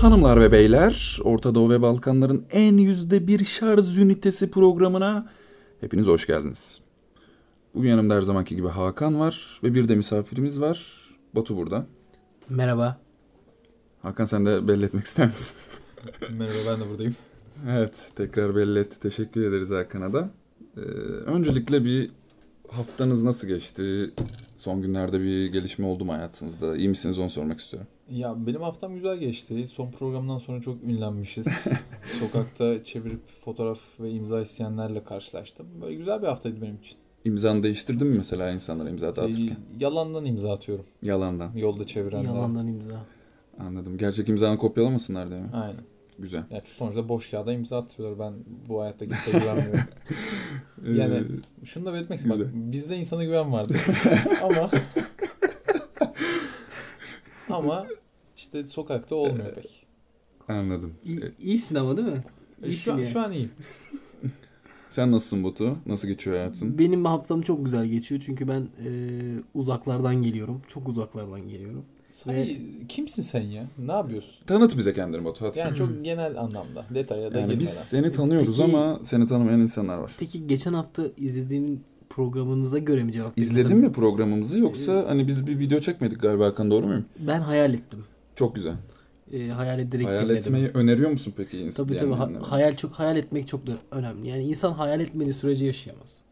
Hanımlar ve beyler, Orta Doğu ve Balkanların en yüzde bir şarj ünitesi programına hepiniz hoş geldiniz. Bugün yanımda her zamanki gibi Hakan var ve bir de misafirimiz var. Batu burada. Merhaba. Hakan sen de belli etmek ister misin? Merhaba ben de buradayım. evet, tekrar belli etti. Teşekkür ederiz Hakan'a da. Ee, öncelikle bir haftanız nasıl geçti? Son günlerde bir gelişme oldu mu hayatınızda? İyi misiniz onu sormak istiyorum. Ya benim haftam güzel geçti. Son programdan sonra çok ünlenmişiz. Sokakta çevirip fotoğraf ve imza isteyenlerle karşılaştım. Böyle güzel bir haftaydı benim için. İmzanı değiştirdin mi mesela insanlara imza dağıtırken? Ee, yalandan imza atıyorum. Yalandan. Yolda çevirenler. Yalandan imza. Anladım. Gerçek imzanı kopyalamasınlar diye mi? Aynen. Güzel. Ya çünkü sonuçta boş kağıda imza attırıyorlar. Ben bu hayatta kimseye güvenmiyorum. Ee, Yani- Şunu da belirtmek istiyorum. Bak bizde insana güven vardı. ama ama işte sokakta olmuyor pek. Ee, anladım. Ee, İyi, iyisin ama değil mi? İyisin Şu an, yani. şu an iyiyim. Sen nasılsın Batu? Nasıl geçiyor hayatın? Benim haftam çok güzel geçiyor çünkü ben e, uzaklardan geliyorum. Çok uzaklardan geliyorum. Sahi kimsin sen ya? Ne yapıyorsun? Tanıt bize kendini Batu hadi. Yani, Yani çok genel anlamda. Detaya da girmeden. biz seni tanıyoruz Peki- ama seni tanımayan insanlar var. Peki geçen hafta izlediğim programınıza göre mi cevap veriyorsun? İzledin mi programımızı yoksa hani biz bir video çekmedik galiba Hakan doğru muyum? Ben hayal ettim. Çok güzel. E, hayal ederek Hayal dinledim. etmeyi öneriyor musun peki insan? Tabii tabii ha- hayal çok hayal etmek çok da önemli. Yani insan hayal etmediği sürece yaşayamaz.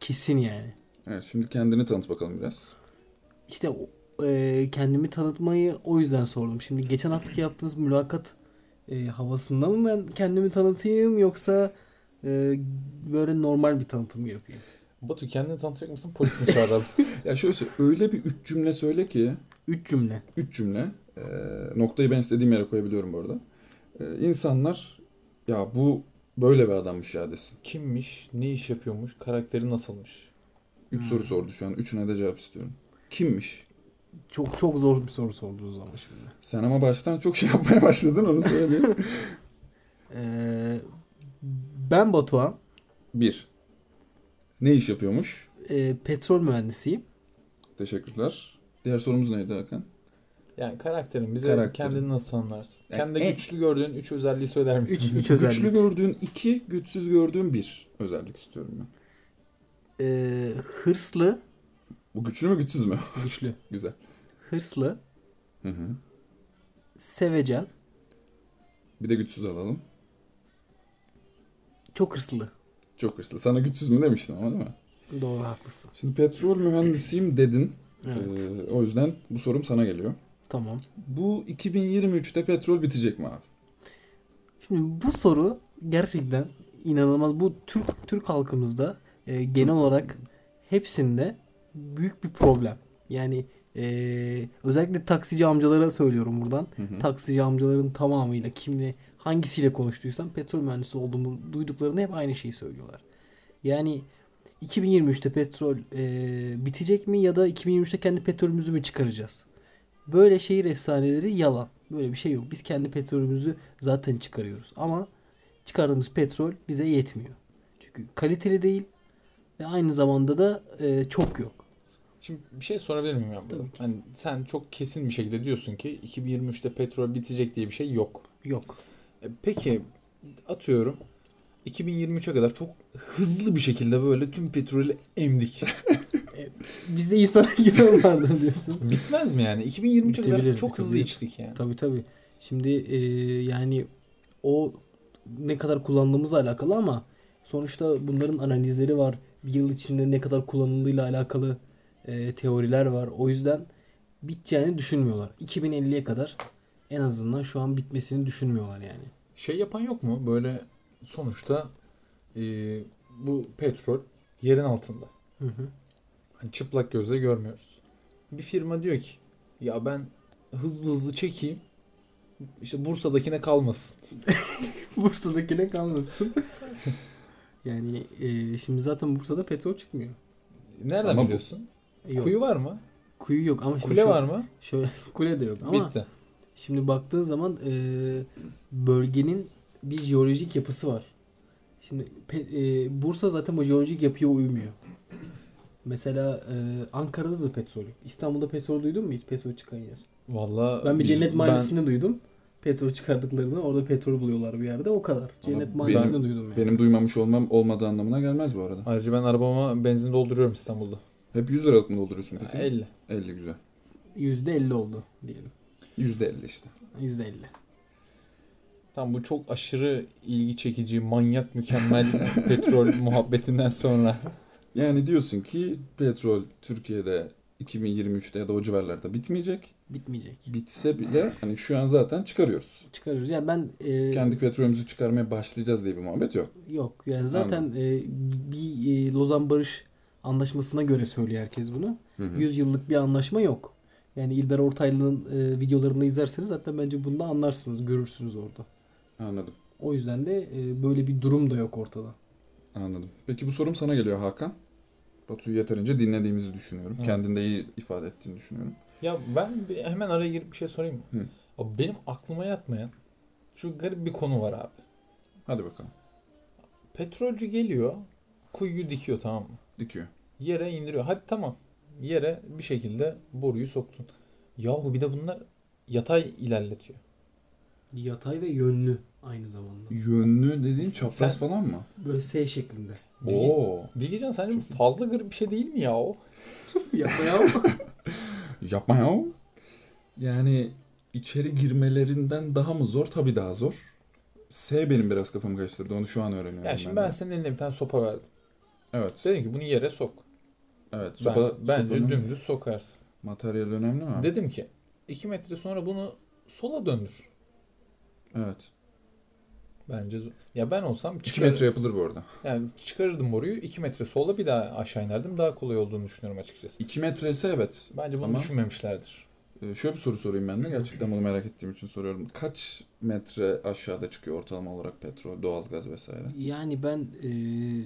Kesin yani. Evet, şimdi kendini tanıt bakalım biraz. İşte o- e, kendimi tanıtmayı o yüzden sordum. Şimdi geçen haftaki yaptığınız mülakat e, havasında mı ben kendimi tanıtayım yoksa e, böyle normal bir tanıtım mı yapayım? Batu kendini tanıtacak mısın? Polis mi çağıralım? Ya şöyle söyle, öyle bir üç cümle söyle ki Üç cümle. üç cümle. Ee, noktayı ben istediğim yere koyabiliyorum bu arada. Ee, insanlar ya bu böyle bir adammış ya desin. Kimmiş? Ne iş yapıyormuş? Karakteri nasılmış? Üç soru sordu şu an. Üçüne de cevap istiyorum. Kimmiş? Çok çok zor bir soru sordunuz ama şimdi. Sen ama baştan çok şey yapmaya başladın onu söyleyeyim. E, ben Batuhan. Bir. Ne iş yapıyormuş? e, petrol mühendisiyim. Teşekkürler. Diğer sorumuz neydi Hakan? Yani karakterin bize Karakterin. kendini nasıl anlarsın? Yani Kendine en- güçlü gördüğün üç özelliği söyler misin? Üç- bize? üç özellik. Güçlü gördüğün iki, güçsüz gördüğün bir özellik istiyorum ben. E, hırslı, Bu güçlü mü güçsüz mü? güçlü. Güzel. Hırslı, Hı hı. sevecen, Bir de güçsüz alalım. çok hırslı. Çok hırslı. Sana güçsüz mü demiştim ama değil mi? Doğru haklısın. Şimdi petrol mühendisiyim dedin. Evet. Ee, o yüzden bu sorum sana geliyor. Tamam. Bu 2023'te petrol bitecek mi abi? Şimdi bu soru gerçekten inanılmaz. Bu Türk Türk halkımızda e, genel olarak hepsinde büyük bir problem. Yani e, özellikle taksici amcalara söylüyorum buradan. Hı hı. Taksici amcaların tamamıyla kimle hangisiyle konuştuysam petrol mühendisi olduğumu duyduklarında hep aynı şeyi söylüyorlar. Yani 2023'te petrol e, bitecek mi ya da 2023'te kendi petrolümüzü mü çıkaracağız? Böyle şehir efsaneleri yalan. Böyle bir şey yok. Biz kendi petrolümüzü zaten çıkarıyoruz. Ama çıkardığımız petrol bize yetmiyor. Çünkü kaliteli değil ve aynı zamanda da e, çok yok. Şimdi bir şey sorabilir miyim ya burada? Hani sen çok kesin bir şekilde diyorsun ki 2023'te petrol bitecek diye bir şey yok. Yok. E, Peki atıyorum 2023'e kadar çok hızlı bir şekilde böyle tüm petrolü emdik. Bizde insan güven vardır diyorsun. Bitmez mi yani? 2023'e Bitebilir, kadar çok hızlı bitebilir. içtik yani. Tabii tabii. Şimdi e, yani o ne kadar kullandığımızla alakalı ama sonuçta bunların analizleri var. Bir yıl içinde ne kadar kullanıldığıyla alakalı e, teoriler var. O yüzden biteceğini düşünmüyorlar. 2050'ye kadar en azından şu an bitmesini düşünmüyorlar yani. Şey yapan yok mu? Böyle sonuçta e, bu petrol yerin altında. Hı hı. Hani çıplak gözle görmüyoruz. Bir firma diyor ki ya ben hızlı hızlı çekeyim. İşte Bursa'dakine kalmasın. Bursa'dakine kalmasın. yani e, şimdi zaten Bursa'da petrol çıkmıyor. Nereden Ama bu- biliyorsun? E, Yok. Kuyu, Kuyu var mı? yok ama şimdi Kule şu- var mı? Şöyle kule de yok ama Bitti. Şimdi baktığın zaman e, bölgenin bir jeolojik yapısı var. Şimdi pe- e, Bursa zaten bu jeolojik yapıya uymuyor. Mesela e, Ankara'da da petrol yok. İstanbul'da petrol duydun mu hiç? Petrol çıkan yer. Vallahi Ben bir biz- cennet mahallesinde duydum. Petrol çıkardıklarını orada petrol buluyorlar bir yerde o kadar. Cennet ben- Mahallesi'nde duydum yani. Benim duymamış olmam olmadığı anlamına gelmez bu arada. Ayrıca ben arabama benzin dolduruyorum İstanbul'da. Hep 100 liralık mı dolduruyorsun Ha, peki? 50. 50 güzel. %50 oldu diyelim. %50 işte. %50. Tam bu çok aşırı ilgi çekici, manyak, mükemmel petrol muhabbetinden sonra. Yani diyorsun ki petrol Türkiye'de 2023'te ya da o civarlarda bitmeyecek. Bitmeyecek. Bitse bile hani şu an zaten çıkarıyoruz. Çıkarıyoruz. Yani ben e, Kendi petrolümüzü çıkarmaya başlayacağız diye bir muhabbet yok. Yok yani zaten e, bir e, Lozan Barış Anlaşması'na göre söylüyor herkes bunu. Hı hı. 100 yıllık bir anlaşma yok. Yani İlber Ortaylı'nın e, videolarını izlerseniz zaten bence bunu da anlarsınız, görürsünüz orada. Anladım. O yüzden de e, böyle bir durum da yok ortada. Anladım. Peki bu sorum sana geliyor Hakan. Batu'yu yeterince dinlediğimizi düşünüyorum. Evet. Kendinde iyi ifade ettiğini düşünüyorum. Ya ben bir- hemen araya girip bir şey sorayım mı? Hı. Abi benim aklıma yatmayan şu garip bir konu var abi. Hadi bakalım. Petrolcü geliyor, kuyuyu dikiyor tamam mı? Dikiyor. Yere indiriyor. Hadi tamam. Yere bir şekilde boruyu soktun. Yahu bir de bunlar yatay ilerletiyor. Yatay ve yönlü aynı zamanda. Yönlü dediğin çapraz Sen- falan mı? Böyle S şeklinde. Bilgi, Oo. Bilgecan sence bu fazla garip bir şey değil mi ya o? Yapmaya ama. Yapma ya. Yani içeri girmelerinden daha mı zor? Tabii daha zor. S benim biraz kafamı karıştırdı. Onu şu an öğreniyorum. Ya şimdi de. ben senin eline bir tane sopa verdim. Evet. Dedim ki bunu yere sok. Evet. Ben- Sopa, bence sopanın dümdüz sokarsın. Materyal önemli mi? Dedim ki 2 metre sonra bunu sola döndür. evet. Bence zo- ya ben olsam 2 çıkar, metre yapılır bu arada. yani çıkarırdım boruyu 2 metre sola bir daha aşağı inerdim daha kolay olduğunu düşünüyorum açıkçası. 2 metre ise evet. Bence bunu Ama- düşünmemişlerdir. Ee, şöyle bir soru sorayım ben de. Gerçekten bunu merak ettiğim için soruyorum. Kaç metre aşağıda çıkıyor ortalama olarak petrol, doğalgaz vesaire? yani ben e,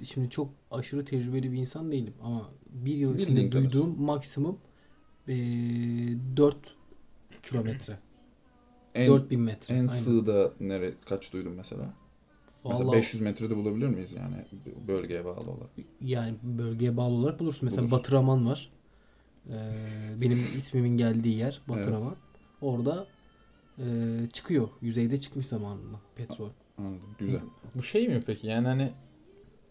şimdi çok aşırı tecrübeli bir insan değilim ama bir yıl içinde Bildiğin kadar. duyduğum maksimum e, 4 kilometre. En, 4000 metre. en aynen. sığda nere, kaç duydum mesela? Mesela Vallahi 500 metrede bulabilir miyiz yani bölgeye bağlı olarak? Yani bölgeye bağlı olarak bulursun. Mesela Bulursun. Batıraman var. Ee, benim ismimin geldiği yer Batıraman. Orada e, çıkıyor. Yüzeyde çıkmış zamanında petrol. Anladım. Güzel. Bu şey mi peki? Yani hani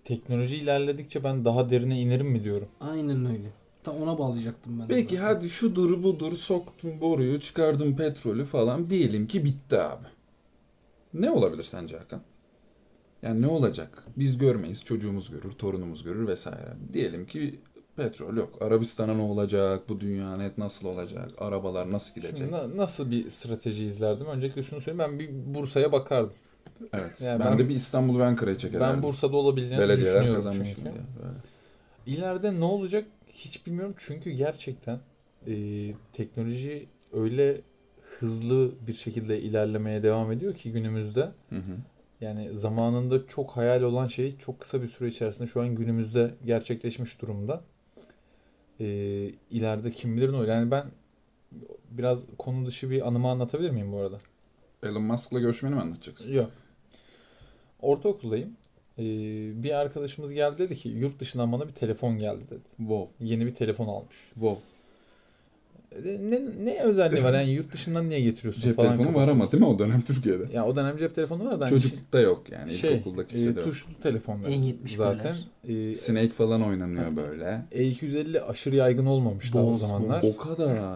teknoloji ilerledikçe ben daha derine inerim mi diyorum. Aynen öyle. Tam ona bağlayacaktım ben. de Peki zaten. hadi şu duru budur soktum boruyu çıkardım petrolü falan diyelim ki bitti abi. Ne olabilir sence Hakan? Yani ne olacak? Biz görmeyiz çocuğumuz görür torunumuz görür vesaire. Diyelim ki petrol yok. Arabistan'a ne olacak? Bu dünya net nasıl olacak? Arabalar nasıl gidecek? Şimdi na- nasıl bir strateji izlerdim? Öncelikle şunu söyleyeyim ben bir Bursa'ya bakardım. evet. Yani ben, ben- de bir İstanbul ve Ankara'ya çekerdim. Ben Bursa'da olabileceğini belediyeler düşünüyorum kazanmış çünkü. mı diye. Böyle. İleride ne olacak hiç bilmiyorum çünkü gerçekten e, teknoloji öyle hızlı bir şekilde ilerlemeye devam ediyor ki günümüzde. Hı hı. Yani zamanında çok hayal olan şey çok kısa bir süre içerisinde şu an günümüzde gerçekleşmiş durumda. Ee, ileride kim bilir ne olur. Yani ben biraz konu dışı bir anımı anlatabilir miyim bu arada? Elon Musk'la görüşmeni mi anlatacaksın? Yok. Ortaokuldayım. Ee, bir arkadaşımız geldi dedi ki yurt dışından bana bir telefon geldi dedi. Wow. Yeni bir telefon almış. Wow. E, Ne, ne özelliği var yani yurt dışından niye getiriyorsun Cep falan telefonu var kafasındasın. ama değil mi o dönem Türkiye'de? Ya o dönem cep telefonu var da hani Çocukta yok yani. şey, şey İlkokulda kimse e, de yok. tuşlu telefonlar N71'ler. zaten. E, Snake falan oynanıyor böyle. E250 aşırı yaygın olmamıştı o Bones, zamanlar. O kadar. O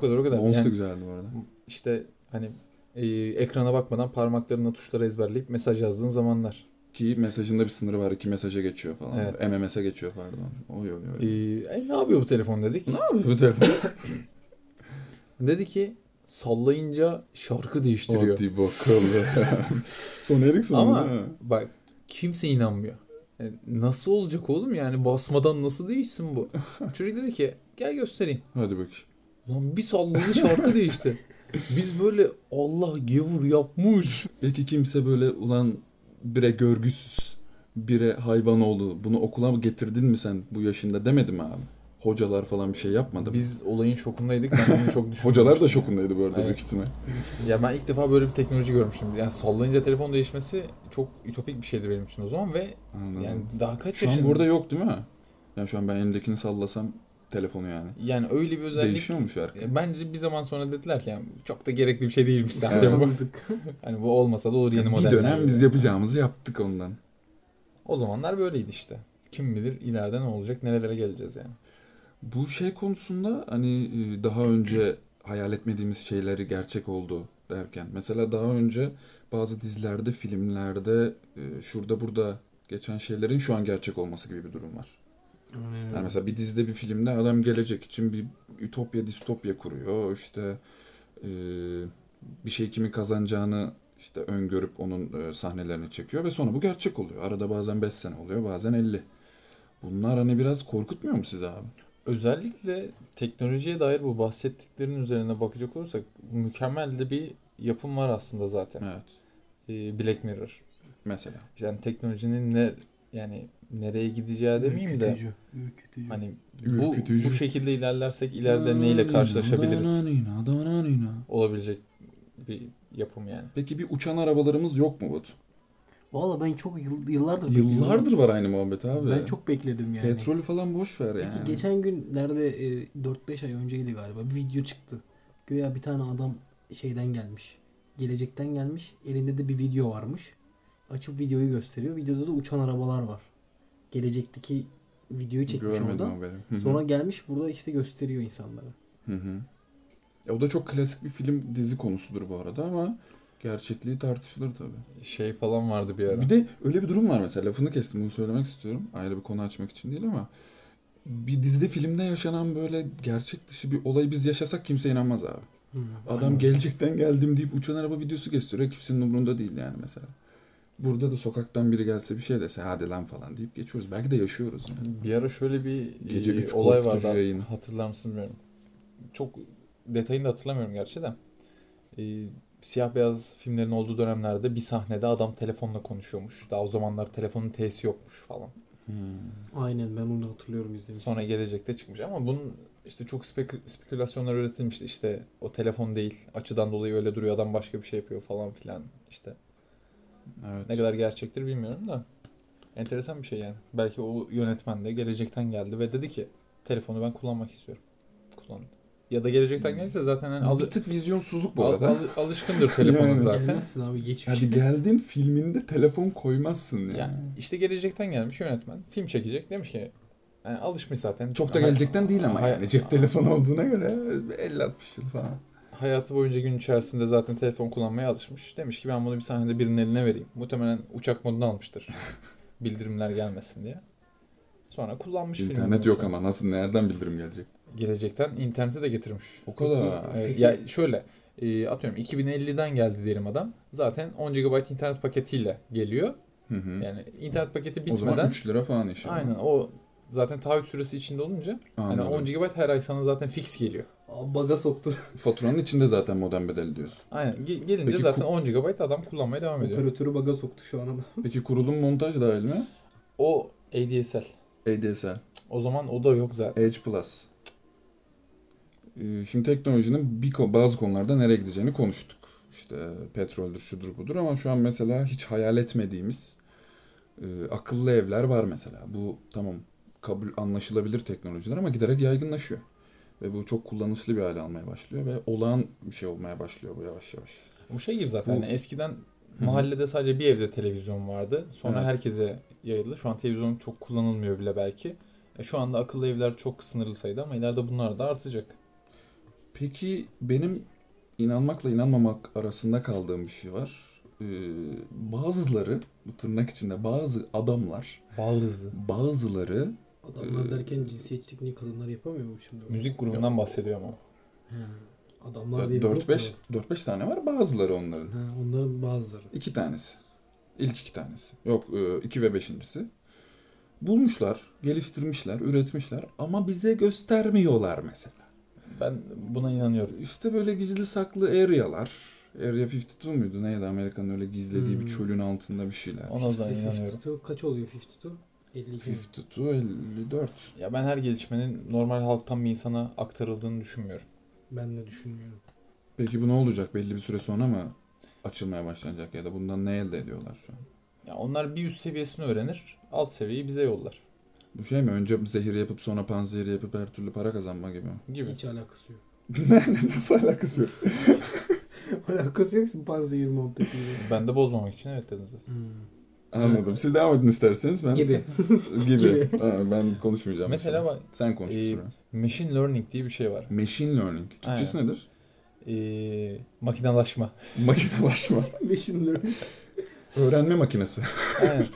kadar o kadar. Bones da Yani güzeldi bu arada. işte hani e, ekrana bakmadan parmaklarına tuşları ezberleyip mesaj yazdığın zamanlar. Ki mesajında bir sınırı var. iki mesaja geçiyor falan. Evet. MMS'e geçiyor pardon. Oy oy E, oy. e, ne yapıyor bu telefon dedik. Ne yapıyor bu telefon? Dedi ki sallayınca şarkı değiştiriyor. Hadi bakalım. Son Ericsson Ama değil mi? bak kimse inanmıyor. Yani nasıl olacak oğlum yani basmadan nasıl değişsin bu? Çocuk dedi ki gel göstereyim. Hadi bak. Ulan bir salladı şarkı değişti. Biz böyle Allah gevur yapmış. Belki kimse böyle ulan bire görgüsüz, bire hayvan oğlu bunu okula mı getirdin mi sen bu yaşında demedi mi abi? Hocalar falan bir şey yapmadı mı? Biz olayın şokundaydık. Ben bunu çok Hocalar da düşünmemiştim. şokundaydı bu arada Evet. büyük ihtimal. Ya ben ilk defa böyle bir teknoloji görmüştüm. Yani sallayınca telefon değişmesi çok ütopik bir şeydi benim için o zaman ve Anladım. yani daha kaç Hmm. Şu an yaşında? burada yok değil mi? Yani şu an ben elimdekini sallasam telefonu yani. Yani öyle bir özellik Değişiyor mu şarkı? E, Bence bir zaman sonra dediler ki yani çok da gerekli bir şey değilmiş zaten bu. Anladık. Hani bu olmasa da olur yeni bir modeller. dönem biz yapacağımızı yaptık ondan. O zamanlar böyleydi işte. Kim bilir ileride ne olacak, nerelere geleceğiz yani. Bu şey konusunda hani e, daha önce hayal etmediğimiz şeyleri gerçek oldu derken. Mesela daha önce bazı dizilerde, filmlerde e, şurada burada geçen şeylerin şu an gerçek olması gibi bir durum var. Aynen öyle. Yani mesela bir dizide bir filmde adam gelecek için bir ütopya distopya kuruyor. İşte e, bir şey kimin kazanacağını işte öngörüp onun e, sahnelerini çekiyor ve sonra bu gerçek oluyor. Arada bazen 5 sene oluyor bazen 50. Bunlar hani biraz korkutmuyor mu sizi abi? Özellikle teknolojiye dair bu bahsettiklerin üzerine bakacak olursak mükemmel de bir yapım var aslında zaten. Evet. Ee, Black Mirror. Mesela. Yani teknolojinin ne yani nereye gideceği demeyeyim de Ürkütücü, ürkütücü. hani bu, Ürkütücü. bu şekilde ilerlersek ileride neyle karşılaşabiliriz? Olabilecek bir yapım yani. Peki bir uçan arabalarımız yok mu Batu? Valla ben çok yıl- yıllardır bekliyorum. Yıllardır var aynı muhabbet abi. Ben çok bekledim yani. Petrolü falan boş ver Peki yani. geçen günlerde e, 4-5 ay önceydi galiba bir video çıktı. Güya bir tane adam şeyden gelmiş. Gelecekten gelmiş. Elinde de bir video varmış. Açıp videoyu gösteriyor. Videoda da uçan arabalar var. Gelecekteki videoyu çekmiş Görmedim orada. o benim. Hı hı. Sonra gelmiş burada işte gösteriyor insanlara. Hı hı. E, o da çok klasik bir film dizi konusudur bu arada ama gerçekliği tartışılır tabii. Şey falan vardı bir ara. Bir de öyle bir durum var mesela lafını kestim bunu söylemek istiyorum. Ayrı bir konu açmak için değil ama bir dizide filmde yaşanan böyle gerçek dışı bir olayı biz yaşasak kimse inanmaz abi. Adam gelecekten geldim deyip uçan araba videosu gösteriyor. Kimsenin umurunda değil yani mesela. Burada da sokaktan biri gelse bir şey dese hadi lan falan deyip geçiyoruz. Belki de yaşıyoruz yani. Bir ara şöyle bir Gece e, üç olay korkutucu vardı. yayın. Hatırlar mısın bilmiyorum. Çok detayını da hatırlamıyorum gerçi de. E, siyah beyaz filmlerin olduğu dönemlerde bir sahnede adam telefonla konuşuyormuş. Daha o zamanlar telefonun T'si yokmuş falan. Hmm. Aynen ben onu hatırlıyorum izlemiştim. Sonra gelecekte çıkmış ama bunun işte çok spek- spekülasyonlar üretilmişti. İşte o telefon değil. Açıdan dolayı öyle duruyor. Adam başka bir şey yapıyor falan filan. İşte Evet. ne kadar gerçektir bilmiyorum da. Enteresan bir şey yani. Belki o yönetmen de gelecekten geldi ve dedi ki telefonu ben kullanmak istiyorum. Kullan. Ya da gelecekten gelirse zaten hani Al- alı- bir tık vizyonsuzluk Hmm. bu al- arada. al- alışkındır telefonun Yani. zaten. Gelmezsin abi geçmiş. Hadi geldin filminde telefon koymazsın yani. Yani işte gelecekten gelmiş yönetmen film çekecek demiş ki yani alışmış zaten. Çok da Hay- gelecekten değil ama hay- yani cep telefonu olduğuna göre 50-60 yıl falan. Hayatı boyunca gün içerisinde zaten telefon kullanmaya alışmış. Demiş ki ben bunu bir sahnede birinin eline vereyim. Muhtemelen uçak modunu almıştır. Bildirimler gelmesin diye. Sonra kullanmış filmi İnternet yok mesela. ama nasıl nereden bildirim gelecek? Gelecekten internete de getirmiş. O kadar. Ee, Peki. Ya şöyle e, atıyorum 2050'den geldi diyelim adam. Zaten 10 GB internet paketiyle geliyor. Hı hı. Yani internet paketi o zaman bitmeden 3 lira falan işte. aynen Hani o zaten taahhüt süresi içinde olunca yani 10 GB her ay sana zaten fix geliyor. Aa, Baga soktu. Faturanın içinde zaten modem bedeli diyorsun. Aynen ge- gelince Peki, zaten ku- 10 GB adam kullanmaya devam ediyor. Operatörü baga soktu şu an adam. Peki kurulum montaj dahil mi? O ADSL. ADSL. O zaman o da yok zaten. Edge Plus. Ee, Şimdi teknolojinin bir ko- bazı konularda nereye gideceğini konuştuk. İşte petroldür, şudur budur ama şu an mesela hiç hayal etmediğimiz e, akıllı evler var mesela. Bu tamam kabul anlaşılabilir teknolojiler ama giderek yaygınlaşıyor. Ve bu çok kullanışlı bir hale almaya başlıyor ve olağan bir şey olmaya başlıyor bu yavaş yavaş. Bu şey gibi zaten. Bu- Yani eskiden mahallede sadece bir evde televizyon vardı. Sonra Evet. herkese yayıldı. Şu an televizyon çok kullanılmıyor bile belki. E, şu anda akıllı evler çok sınırlı sayıda ama ileride bunlar da artacak. Peki benim inanmakla inanmamak arasında kaldığım bir şey var. Ee, bazıları, bu tırnak içinde bazı adamlar Bal hızı. Bazıları Ee, Adamlar derken cinsiyetçiliğini kadınlar yapamıyor mu şimdi? Müzik grubundan bahsediyor ama. He, ya Adamlar diye bir grup 4-5 mu? 4-5 tane var bazıları onların. Ha, onların bazıları. İki tanesi. İlk iki tanesi. Yok e, iki ve beşincisi. Bulmuşlar, geliştirmişler, üretmişler ama bize göstermiyorlar mesela. Ben buna inanıyorum. İşte böyle gizli saklı area'lar. Area 52 muydu neydi Amerika'nın öyle gizlediği Hmm. bir çölün altında bir şeyler. Ona da 50, inanıyorum. 52. Kaç oluyor 52? 52. 52, 54. Ya ben her gelişmenin normal halktan bir insana aktarıldığını düşünmüyorum. Ben de düşünmüyorum. Peki bu ne olacak? Belli bir süre sonra mı açılmaya başlanacak ya da bundan ne elde ediyorlar şu an? Ya onlar bir üst seviyesini öğrenir, alt seviyeyi bize yollar. Bu şey mi? Önce zehir yapıp sonra panzehiri yapıp her türlü para kazanma gibi mi? Gibi. Hiç alakası yok. Nasıl alakası yok? alakası yok panzehir muhabbetiyle. Ben de bozmamak için evet dedim zaten. Hmm. Anladım. Siz devam edin isterseniz. Ben... Gibi. Gibi. Gibi. Ha, ben konuşmayacağım. Mesela bak Sen konuş. Ee, kusura. machine learning diye bir şey var. Machine learning. Türkçesi nedir? Ee, makinalaşma. Makinalaşma. Machine learning. Öğrenme makinesi. Aynen.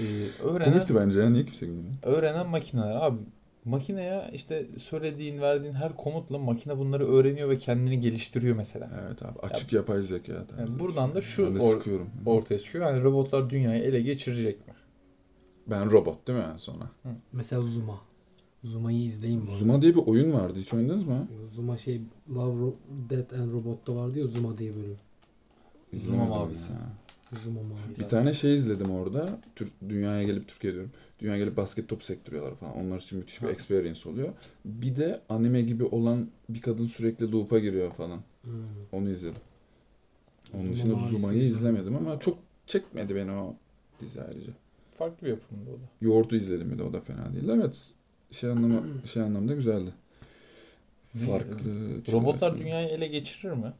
Ee, öğrenen, Komikti bence ya. Niye kimse gülmüyor? öğrenen makineler. Abi makineye işte söylediğin, verdiğin her komutla makine bunları öğreniyor ve kendini geliştiriyor mesela. Evet abi. Açık yapay zeka. tarzı. Yani buradan da şu ben de or- sıkıyorum. ortaya çıkıyor. Yani robotlar dünyayı ele geçirecek mi? Ben robot değil mi yani sonra? Mesela Zuma. Zuma'yı izleyin bu. Zuma. Zuma diye bir oyun vardı. Hiç oynadınız mı? Zuma şey Love, Ro- Death and Robot'ta vardı ya Zuma diye bölüm. İzlemedim Zuma abisi. ya. Zuma mavi. Bir tane şey izledim orada. Tür- dünyaya gelip Türkiye diyorum. Dünyaya gelip basket topu sektiriyorlar falan. Onlar için müthiş bir Ha. experience oluyor. Bir de anime gibi olan bir kadın sürekli loop'a giriyor falan. Hmm. Onu izledim. Onun Zuma dışında maalesef Zuma'yı izlemedim. izlemedim ama çok çekmedi beni o dizi ayrıca. Farklı bir yapımda o da. Yoğurdu izledim bir de o da fena değil. Evet. Şey anlamı şey anlamda güzeldi. Ne- Farklı. e, Robotlar çerçeve. dünyayı ele geçirir mi?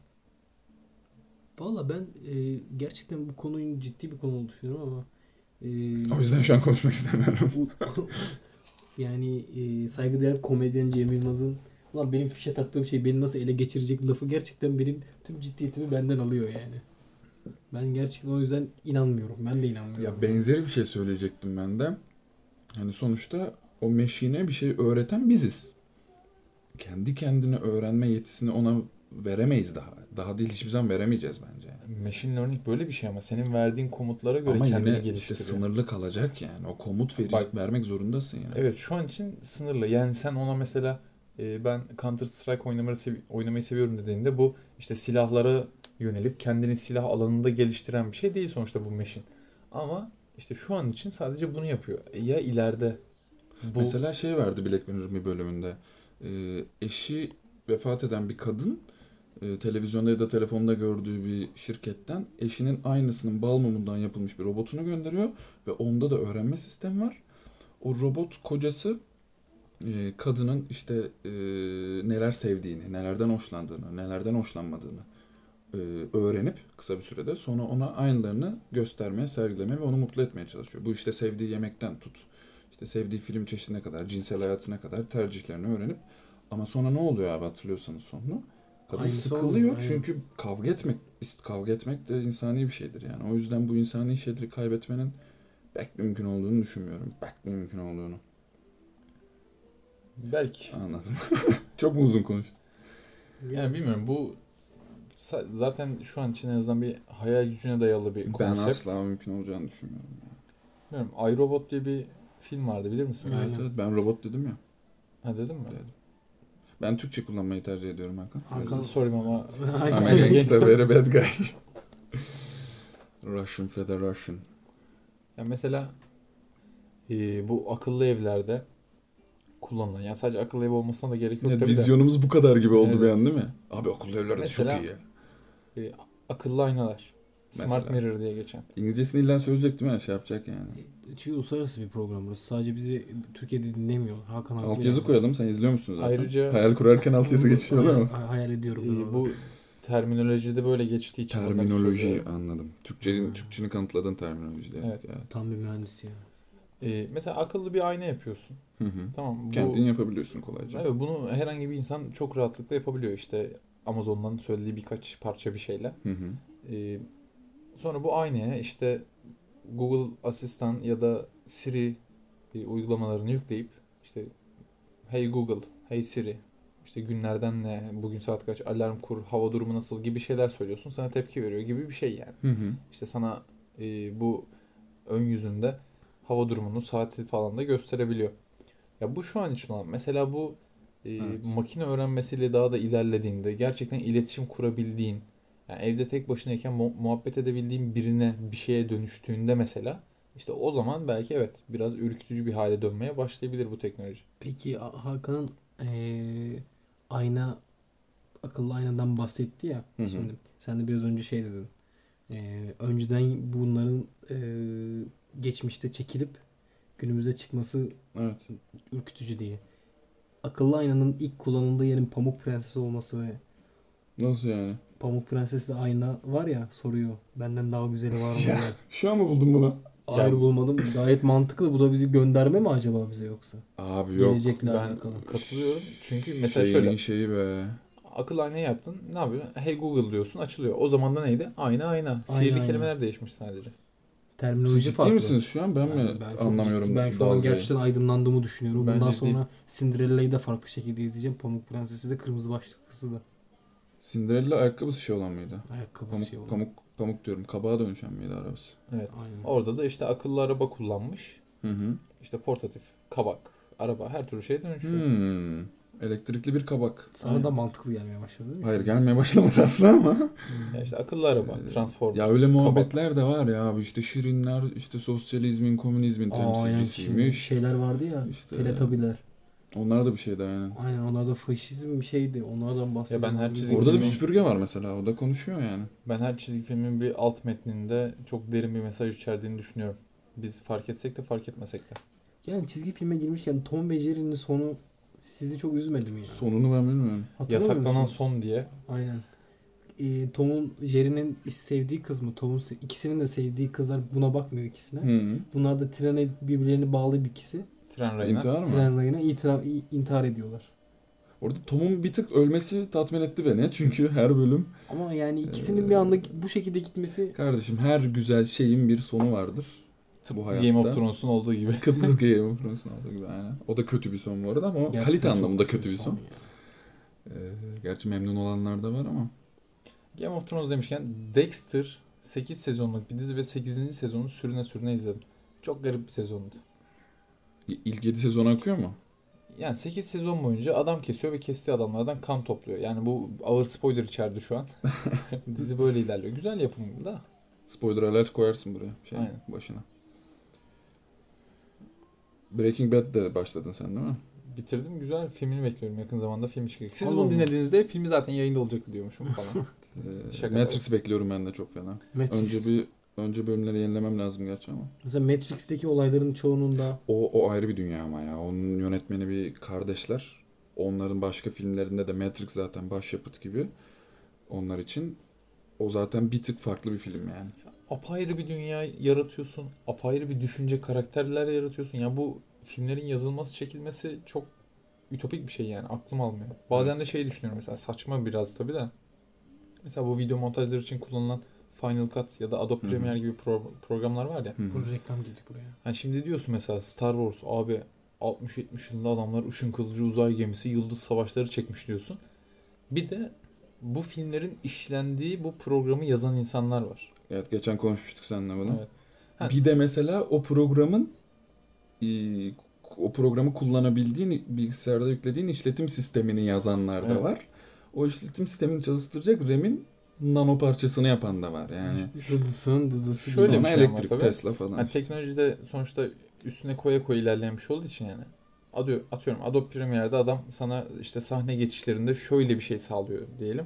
Valla ben e, gerçekten bu konunun ciddi bir konu olduğunu düşünüyorum ama e, O yüzden şu an konuşmak istemiyorum. u- yani e, saygıdeğer komedyen Cem Yılmaz'ın lan benim fişe taktığım şey beni nasıl ele geçirecek lafı gerçekten benim tüm ciddiyetimi benden alıyor yani. Ben gerçekten o yüzden inanmıyorum. Ben de inanmıyorum. Ya benzeri bir şey söyleyecektim ben de. Hani sonuçta o meşine bir şey öğreten biziz. Kendi kendine öğrenme yetisini ona veremeyiz daha. Daha değil hiçbir zaman veremeyeceğiz bence. yani. Machine learning böyle bir şey ama senin verdiğin komutlara göre Ama kendini yine işte geliştiriyor. sınırlı kalacak yani. O komut veri- Bak- vermek zorundasın yani. Evet şu an için sınırlı. Yani sen ona mesela e, ben Counter Strike oynamayı, sevi- oynamayı seviyorum dediğinde bu işte silahlara yönelip kendini silah alanında geliştiren bir şey değil sonuçta bu meşin. Ama işte şu an için sadece bunu yapıyor. E, ya ileride bu Mesela şey vardı Black Mirror bir bölümünde. Ee, eşi vefat eden bir kadın e, televizyonda ya da telefonda gördüğü bir şirketten eşinin aynısının bal mumundan yapılmış bir robotunu gönderiyor ve onda da öğrenme sistemi var. O robot kocası e, kadının işte e, neler sevdiğini, nelerden hoşlandığını, nelerden hoşlanmadığını e, öğrenip kısa bir sürede sonra ona aynılarını göstermeye, sergilemeye ve onu mutlu etmeye çalışıyor. Bu işte sevdiği yemekten tut, işte sevdiği film çeşidine kadar, cinsel hayatına kadar tercihlerini öğrenip ama sonra ne oluyor abi hatırlıyorsanız sonunu? Kadın Aynısı sıkılıyor olmuyor, aynen. çünkü kavga etmek ist- kavga etmek de insani bir şeydir yani. O yüzden bu insani şeyleri kaybetmenin pek mümkün olduğunu düşünmüyorum. Pek mümkün olduğunu. belki. Anladım. Çok mu uzun konuştum? Yani bilmiyorum bu sa- zaten şu an için en azından bir hayal gücüne dayalı bir konsept. Ben asla mümkün olacağını düşünmüyorum. Bilmiyorum I, Robot diye bir film vardı bilir misiniz? Aynen. Evet, evet, ben robot dedim ya. Ha dedim mi? Dedim. Ben Türkçe kullanmayı tercih ediyorum Hakan. Hakan- Sorry ama I'm a Aynen. gangster, very bad guy. Russian Federation. Ya mesela eee, bu akıllı evlerde kullanılan yani sadece akıllı ev olmasına da gerek yok Evet, tabii de. vizyonumuz bu kadar gibi oldu bir Evet. an değil mi? Abi akıllı evler de çok Mesela- iyi ya. Eee, akıllı aynalar. Smart Mesela. mirror diye geçen. İngilizcesini illa söyleyecektim ya şey yapacak yani. Çünkü uluslararası bir program burası. Sadece bizi Türkiye'de dinlemiyorlar. Hakan haklı Altyazı yani. koyalım sen izliyor musun zaten? Ayrıca- Hayal kurarken altyazı geçiyorlar ama. Hay- Hayal ediyorum ben Eee, onu. bu terminolojide böyle geçtiği için bunları Terminoloji söylüyorum. anladım. Türkçenin Hmm. Türkçeni kanıtladığın terminoloji demek Evet. ya. Tam bir mühendis ya. Eee, E, mesela akıllı bir ayna yapıyorsun. Hı hı. Tamam bu Kendin yapabiliyorsun kolayca. Evet, bunu herhangi bir insan çok rahatlıkla yapabiliyor işte Amazon'dan söylediği birkaç parça bir şeyle. Hı hı. Ee, sonra bu aynaya işte Google Asistan ya da Siri e, uygulamalarını yükleyip işte Hey Google, Hey Siri, işte günlerden ne, bugün saat kaç, alarm kur, hava durumu nasıl gibi şeyler söylüyorsun. Sana tepki veriyor gibi bir şey yani. Hı hı. İşte sana e, bu ön yüzünde hava durumunu, saati falan da gösterebiliyor. Ya bu şu an için olan. Mesela bu e, Evet. makine öğrenmesiyle daha da ilerlediğinde gerçekten iletişim kurabildiğin, yani evde tek başınayken mu- muhabbet edebildiğin birine bir şeye dönüştüğünde mesela işte o zaman belki evet biraz ürkütücü bir hale dönmeye başlayabilir bu teknoloji. Peki A- Hakan'ın eee, ayna akıllı aynadan bahsetti ya. Hı hı. Şimdi sen de biraz önce şey dedin. Eee, önceden bunların eee, geçmişte çekilip günümüze çıkması Evet. ürkütücü diye. Akıllı aynanın ilk kullanıldığı yerin Pamuk Prensesi olması ve Nasıl yani? Pamuk Prenses'le ayna var ya soruyor. Benden daha güzeli var mı? diye. Şu an mı buldun bunu? Hayır bulmadım. Gayet mantıklı. Bu da bizi gönderme mi acaba bize yoksa? Abi yok. Gelecekle ben alakalı. katılıyorum. Çünkü mesela Şeyin şöyle şeyi be. akıl ayna yaptın. Ne yapıyorsun? Hey Google diyorsun açılıyor. O zaman da neydi? Ayna ayna. Ayna, Sihirli ayna. kelimeler değişmiş Siz sadece. Terminoloji ciddi farklı. misiniz şu an? Ben mi Yani çok anlamıyorum? ciddi- Ben şu an dalgayı? gerçekten aydınlandığımı düşünüyorum. Ben Bundan ciddiyim. sonra Cinderella'yı da farklı şekilde izleyeceğim. Pamuk Prensesi de Kırmızı Başlı Kızı da. Cinderella ayakkabısı şey olan mıydı? Ayakkabısı Pamuk, şey olan. pamuk, pamuk diyorum. Kabağa dönüşen miydi arabası? Evet. Aynen. Orada da işte akıllı araba kullanmış. Hı hı. İşte portatif, kabak, araba her türlü şey dönüşüyor. Hmm. Elektrikli bir kabak. Sana da mantıklı gelmeye başladı değil mi? Hayır gelmeye başlamadı aslında ama. Ya işte akıllı araba, Transformers, Hmm. Ee, Ya öyle kabak. muhabbetler de var ya abi işte Şirinler işte sosyalizmin komünizmin Aa, aynen şimdi temsilcisiymiş. şeyler vardı ya. İşte- Teletabiler. Onlar da bir şeydi aynen. Aynen onlar da faşizm bir şeydi. Onlardan bahsediyor. ben her çizgi- Orada da bir Bilmiyorum. süpürge var mesela o da konuşuyor yani. Ben her çizgi filmin bir alt metninde çok derin bir mesaj içerdiğini düşünüyorum. Biz fark etsek de fark etmesek de. Yani çizgi filme girmişken Tom ve Jerry'nin sonu sizi çok üzmedi mi yani? Sonunu ben bilmiyorum. Hatırlamıyor Yasaklanan musunuz? son diye. Aynen. Ee, Tom'un Jerry'nin sevdiği kız mı? Tom'un se- ikisinin de sevdiği kızlar buna bakmıyor ikisine. Hı. Bunlar da trene birbirlerini bağlayıp ikisi Tren rayına. İntihar mı? tren rayına itira- i- intihar ediyorlar. Orada Tom'un bir tık ölmesi tatmin etti beni çünkü her bölüm Ama yani ikisinin Ee, bir anda bu şekilde gitmesi kardeşim her güzel şeyin bir sonu vardır. Bu hayatta. Game of Thrones'un olduğu gibi. Kıtlık Game of Thrones'un aldığı gibi aynen. O da kötü bir son bu arada ama gerçekten kalite çok anlamında kötü bir son. yani. Ee, gerçi memnun olanlar da var ama. Game of Thrones demişken Dexter 8 sezonluk bir dizi ve 8. sezonu sürüne sürüne izledim. Çok garip bir sezondu. İlk 7 sezon akıyor mu? Yani 8 sezon boyunca adam kesiyor ve kestiği adamlardan kan topluyor. Yani bu ağır spoiler içerdi şu an. dizi böyle ilerliyor. Güzel yapım da. Spoiler alert koyarsın buraya şey Aynen. başına. Breaking Bad'de başladın sen değil mi? Bitirdim güzel filmini bekliyorum yakın zamanda film çıkacak. Siz Allah bunu Allah. dinlediğinizde filmi zaten yayında olacak diyormuşum falan. Ee, Şaka Matrix bekliyorum ben de çok fena. Matrix. Önce bir önce bölümleri yenilemem lazım gerçi ama. Mesela Matrix'teki olayların çoğunun da O o ayrı bir dünya ama ya. Onun yönetmeni bir kardeşler. Onların başka filmlerinde de Matrix zaten başyapıt gibi. Onlar için o zaten bir tık farklı bir film yani. apayrı bir dünya yaratıyorsun. Apayrı bir düşünce karakterler yaratıyorsun. Ya bu filmlerin yazılması çekilmesi çok ütopik bir şey yani aklım almıyor. Bazen de şey düşünüyorum mesela saçma biraz tabii de. Mesela bu video montajları için kullanılan Final Cut ya da Adobe Hı hı. Premiere gibi pro- programlar var ya. Hı hı. bu reklam girdik buraya. Yani şimdi diyorsun mesela Star Wars abi 60-70 yılında adamlar ışın kılıcı uzay gemisi yıldız savaşları çekmiş diyorsun. Bir de bu filmlerin işlendiği bu programı yazan insanlar var. Evet geçen konuşmuştuk seninle bunu. Evet. Ha. Bir de mesela o programın e, o programı kullanabildiğin bilgisayarda yüklediğin işletim sistemini yazanlar da Evet. var. O işletim sistemini çalıştıracak RAM'in nano parçasını yapan da var yani. Dıdısın dıdısı. Şöyle Sonra bir şey ama elektrik tabii. Tesla falan. Yani işte. teknolojide sonuçta üstüne koya koya ilerlemiş olduğu için yani. Adı- Atıyorum Adobe Premiere'de adam sana işte sahne geçişlerinde şöyle bir şey sağlıyor diyelim.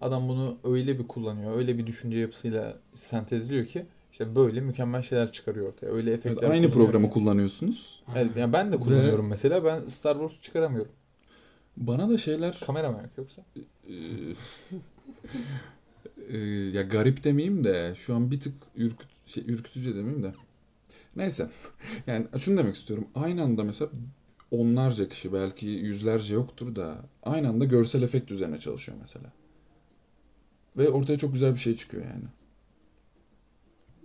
Adam bunu öyle bir kullanıyor, öyle bir düşünce yapısıyla sentezliyor ki işte böyle mükemmel şeyler çıkarıyor ortaya. Öyle Evet, efektler aynı kullanıyor programı ki. kullanıyorsunuz. Evet, yani ben de kullanıyorum mesela. Ben Star Wars'u çıkaramıyorum. Bana da şeyler Kamera mı yok yoksa? e, e, ya garip demeyeyim de şu an bir tık ürküt, şey, ürkütücü demeyeyim de. Neyse. Yani şunu demek istiyorum. Aynı anda mesela onlarca kişi belki yüzlerce yoktur da aynı anda görsel efekt üzerine çalışıyor mesela. Ve ortaya çok güzel bir şey çıkıyor yani.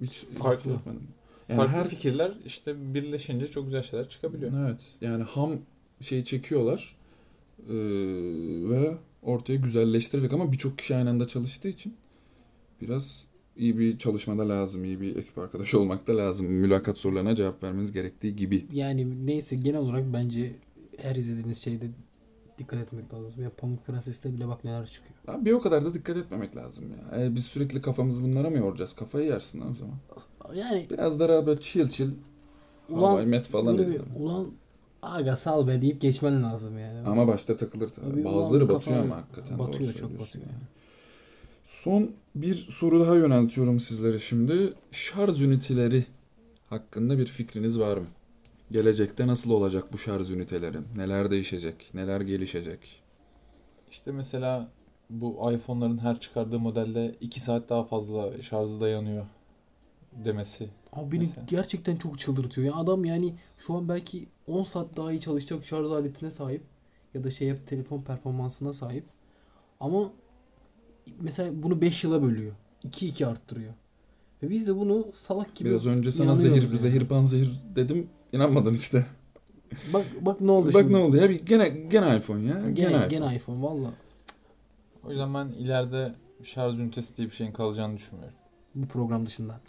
Hiç Farklı. şey yapmadım. Yani Farklı her fikirler işte birleşince çok güzel şeyler çıkabiliyor. Evet. Yani ham şeyi çekiyorlar ee, ve ortaya güzelleştirerek ama birçok kişi aynı anda çalıştığı için biraz iyi bir çalışmada lazım, iyi bir ekip arkadaşı olmak da lazım. Mülakat sorularına cevap vermeniz gerektiği gibi. Yani neyse genel olarak bence her izlediğiniz şeyde dikkat etmek lazım. Ya Pamuk Prenses'te bile bak neler çıkıyor. Abi bir o kadar da dikkat etmemek lazım ya. E, biz sürekli kafamızı bunlara mı yoracağız? Kafayı yersin lan o zaman. Yani Biraz daha böyle chill chill Hawaii ulan Met falan böyle bir- izle. ulan aga sal be deyip geçmen lazım yani. Ama başta takılır tabii. Abi ulan Bazıları kafa- batıyor ama hakikaten. doğru Batıyor çok söylüyorsun batıyor. yani. Son bir soru daha yöneltiyorum sizlere şimdi. Şarj üniteleri hakkında bir fikriniz var mı? Gelecekte nasıl olacak bu şarj üniteleri? Neler değişecek? Neler gelişecek? İşte mesela bu iPhone'ların her çıkardığı modelde 2 saat daha fazla şarjı dayanıyor demesi. Abi beni Mesela. gerçekten çok çıldırtıyor. Ya adam yani şu an belki 10 saat daha iyi çalışacak şarj aletine sahip ya da şey yap telefon performansına sahip. Ama mesela bunu 5 yıla bölüyor. 2 2 arttırıyor. Ve biz de bunu salak gibi Biraz önce sana inanıyoruz zehir, yani. zehir panzehir dedim. İnanmadın işte. bak bak ne oldu Bak şimdi. ne oldu ya? Bir gene gene iPhone ya. Gene, Gene gene iPhone, iPhone. valla. O yüzden ben ileride şarj ünitesi diye bir şeyin kalacağını düşünmüyorum. Bu program dışında.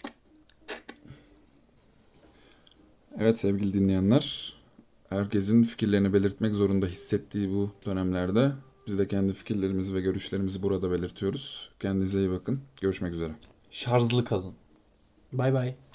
Evet sevgili dinleyenler. Herkesin fikirlerini belirtmek zorunda hissettiği bu dönemlerde biz de kendi fikirlerimizi ve görüşlerimizi burada belirtiyoruz. Kendinize iyi bakın. Görüşmek üzere. Şarjlı kalın. Bay bay.